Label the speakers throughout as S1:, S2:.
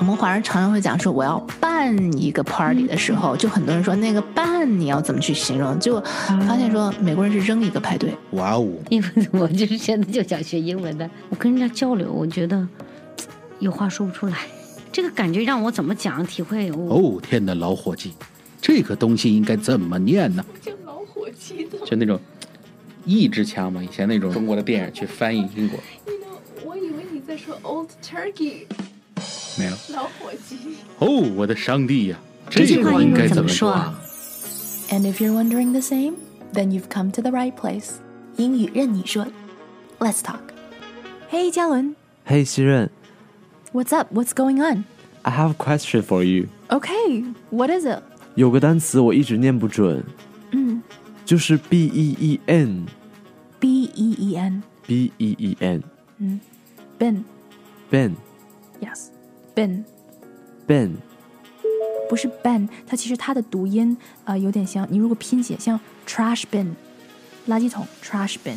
S1: 我们华人常常会讲说我要办一个 party
S2: 嗯
S1: 的时候，就很多人说那个办你要怎么去形容？结果发现说美国人是扔一个派对，
S3: 哇哦，
S4: 因为我 就是现在就想学英文的，我跟人家交流，我觉得有话说不出来，这个感觉让我怎么讲体会我
S3: 哦天哪，老伙计，这个东西应该怎么念呢？
S5: 就那种意志强嘛，以前那种中国的电影去翻译英国，
S6: You know，我以为你在说 old turkey
S5: 没有。
S6: 老伙计。
S5: 哦，我的上帝呀、
S3: 这
S4: 句话
S3: 个应
S4: 英
S3: 该
S4: 文怎
S3: 怎
S4: 么
S3: 说
S4: 说啊？
S2: And if you're wondering the same, then you've come to the right place. 英语任你说，Let's talk. Hey 嘉伦
S7: 嘿，西任
S2: ，What's up? What's going on?
S7: ，I have a question for you。
S2: Okay, what is it?
S7: 有个单词我一直念不准，
S2: 嗯
S7: 就是 b e e n
S2: ，B E E N,
S7: b e e n
S2: Ben.
S7: ben
S2: Yes, Ben.
S7: ben
S2: 不是 ban，它其实它的读音呃有点像，你如果拼写像 trash bin，垃圾桶 trash bin，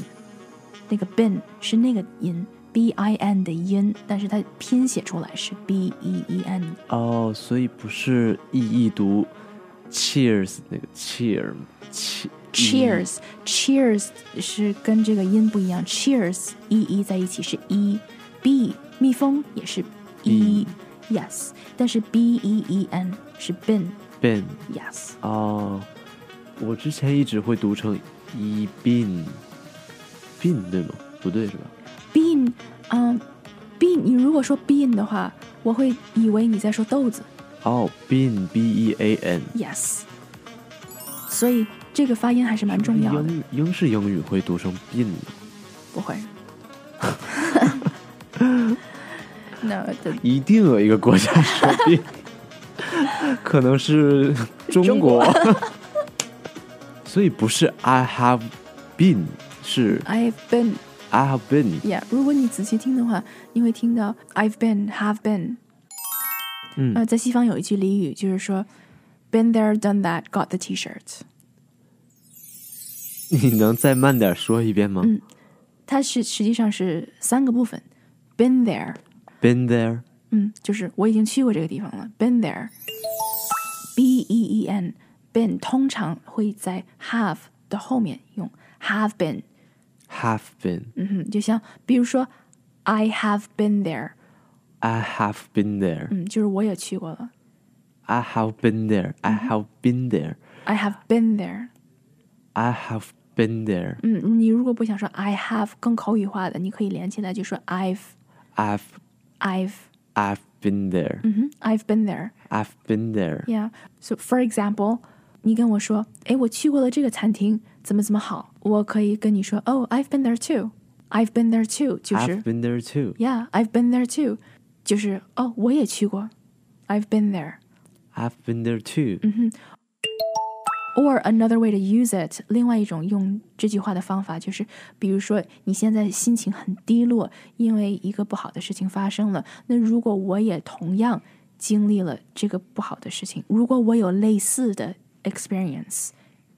S2: 那个 bin 是那个音 b i n 的音，但是它拼写出来是 b e e n。
S7: 哦，所以不是意译读 cheers 那个 cheer 切
S2: Cheers，Cheers、是跟这个音不一样，Cheers 一一在一起是一，B 蜜蜂也是一、y e s 但是 B E E N 是 bin，Yes。
S7: ben 哦，我之前一直会读成 e bin bin 对吗？不对是吧？
S2: bean，嗯、b e a n 你如果说 bean 的话，我会以为你在说豆子。
S7: 哦，bin b e a n
S2: Yes，所以这个发音还是蛮重要的。
S7: 英英式英语会读成 bin 吗
S2: 不会。no，对
S7: 一定有一个国家说病， 可能是中国。 所以不是 I have been，是
S2: ，I've been
S7: I have been。
S2: yeah。如果你仔细听的话，你会听到 I've been have been。
S7: 嗯
S2: 呃，在西方有一句俚语，就是说 been there done that got the T-shirt。
S7: 你能再慢点说一遍吗、
S2: 嗯它是实际上是三个部分，been there。
S7: b e e n there，
S2: 嗯，就是我已经去过这个地方了，been there。B E E N been 通常会在 have 的后面用 have been。
S7: have been，I
S2: 嗯哼，就像比如说 I have been there，
S7: have been there，I
S2: 嗯，就是我也去过了。
S7: have
S2: 嗯
S7: been there，I have been there，I
S2: I have been there。
S7: have been there，I've
S2: 嗯，你如果不想说 I have 更口语化的，你可以连起来就说 I've I've
S7: I've been there，I've
S2: 嗯哼 I've been there。
S7: been there，
S2: Yeah. So for example，你跟我说，哎，我去过了这个餐厅，怎么怎么好，我可以跟你说，Oh, I've been there too. I've been there too，就是
S7: I've been there too，
S2: Yeah, I've been there too，就是哦，我也去过，I've been there。
S7: I've been there too，
S2: 嗯 Or another way to use it，另外一种用这句话的方法就是，比如说你现在心情很低落，因为一个不好的事情发生了。那如果我也同样经历了这个不好的事情，如果我有类似的 experience，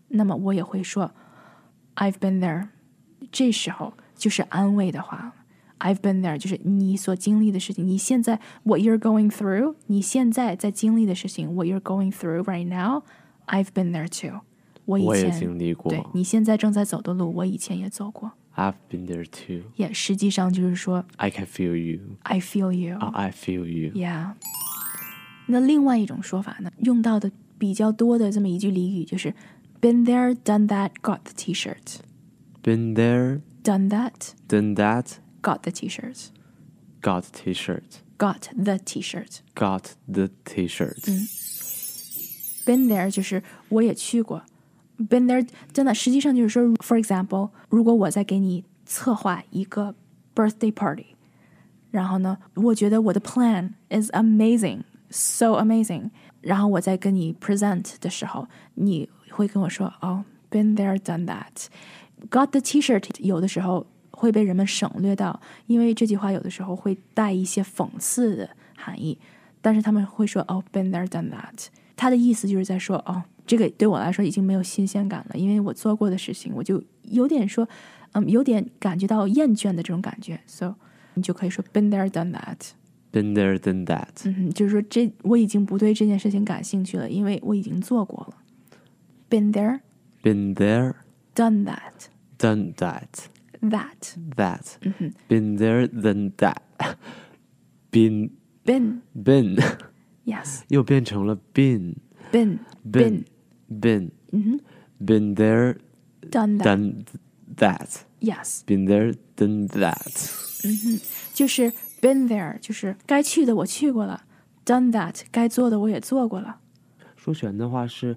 S2: 那么我也会说 I've been there。这时候就是安慰的话了。I've been there，就是你所经历的事情，你现在 what you're going through，你现在在经历的事情，what you're going through right now，I've been there too。我以前
S7: 我也经历过
S2: 对你现在正在走的路，我以前也走过。
S7: I've been there too.
S2: 也、实际上就是说
S7: I can feel you.
S2: I feel you。
S7: Oh, I feel you.
S2: Yeah。那另外一种说法呢，用到的比较多的这么一句俚语就是 “been there, done that, got the T-shirt,
S7: Been there,
S2: done that,
S7: done that,
S2: got the T-shirt,
S7: got t-shirt,
S2: got the T-shirt”。
S7: got the t-shirt.
S8: Mm-hmm.
S2: Been there 就是我也去过，Been there 真的实际上就是说，for example，如果我在给你策划一个 birthday party，然后呢，我觉得我的 plan is amazing，so amazing，然后我在跟你 present 的时候，你会跟我说，哦、b e e n there，done that，got the T-shirt，有的时候会被人们省略到，因为这句话有的时候会带一些讽刺的含义。但是他们会说哦，been there done that。他的意思就是在说哦，这个对我来说已经没有新鲜感了，因为我做过的事情，我就有点说，嗯，有点感觉到厌倦的这种感觉。So 你就可以说 been there done that。
S7: been there done that。
S8: 嗯哼，就是说这我已经不对这件事情感兴趣了，因为我已经做过了。Been there,
S7: Been there,
S8: done that,
S7: done that,
S8: that.
S7: that.
S8: Mm-hmm.
S7: Been there, done that. Been
S8: Been,
S7: been
S8: yes,
S7: 又变成了 been
S8: been,
S7: been
S8: been,
S7: been been there,
S8: done that,
S7: done that.
S8: yes.
S7: Been there, done that.
S8: 就是 been there，就是该去的我去过了，done that，该做的我也做过了，
S7: 说全的话是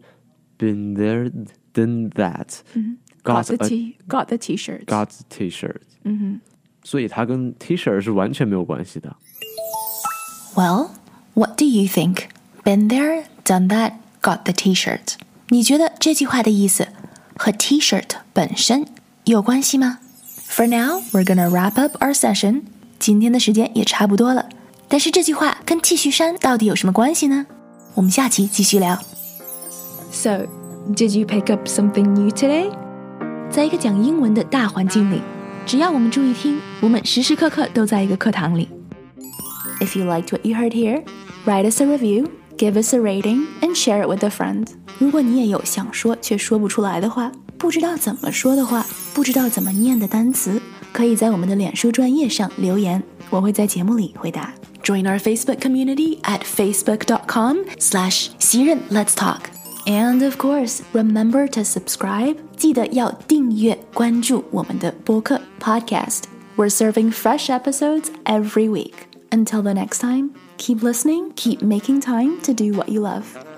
S7: been there, done that.
S8: Mm-hmm. got
S7: Got
S8: the
S7: a
S8: t got the t-shirt，
S7: got T-shirt。嗯哼，所以它跟 T-shirt 是完全没有关系的。
S2: Well, what do you think? Been there, done that, got the T-shirt. 你觉得这句话的意思和 T-shirt 本身有关系吗？For now, we're gonna wrap up our session. 今天的时间也差不多了，但是这句话跟 T 恤衫到底有什么关系呢？我们下期继续聊。
S9: So, did you pick up something new today?
S2: 在一个讲英文的大环境里，只要我们注意听，我们时时刻刻都在一个课堂里。If you liked what you heard here, write us a review, give us a rating, and share it with a friend. 如果你也有想说却说不出来的话，不知道怎么说的话，不知道怎么念的单词，可以在我们的脸书专业上留言，我会在节目里回答。Join our Facebook community at facebook.com/slash 袭人 Let's Talk. And of course, remember to subscribe. 记得要订阅关注我们的播客 podcast. We're serving fresh episodes every week. Until the next time, keep listening, keep making time to do what you love.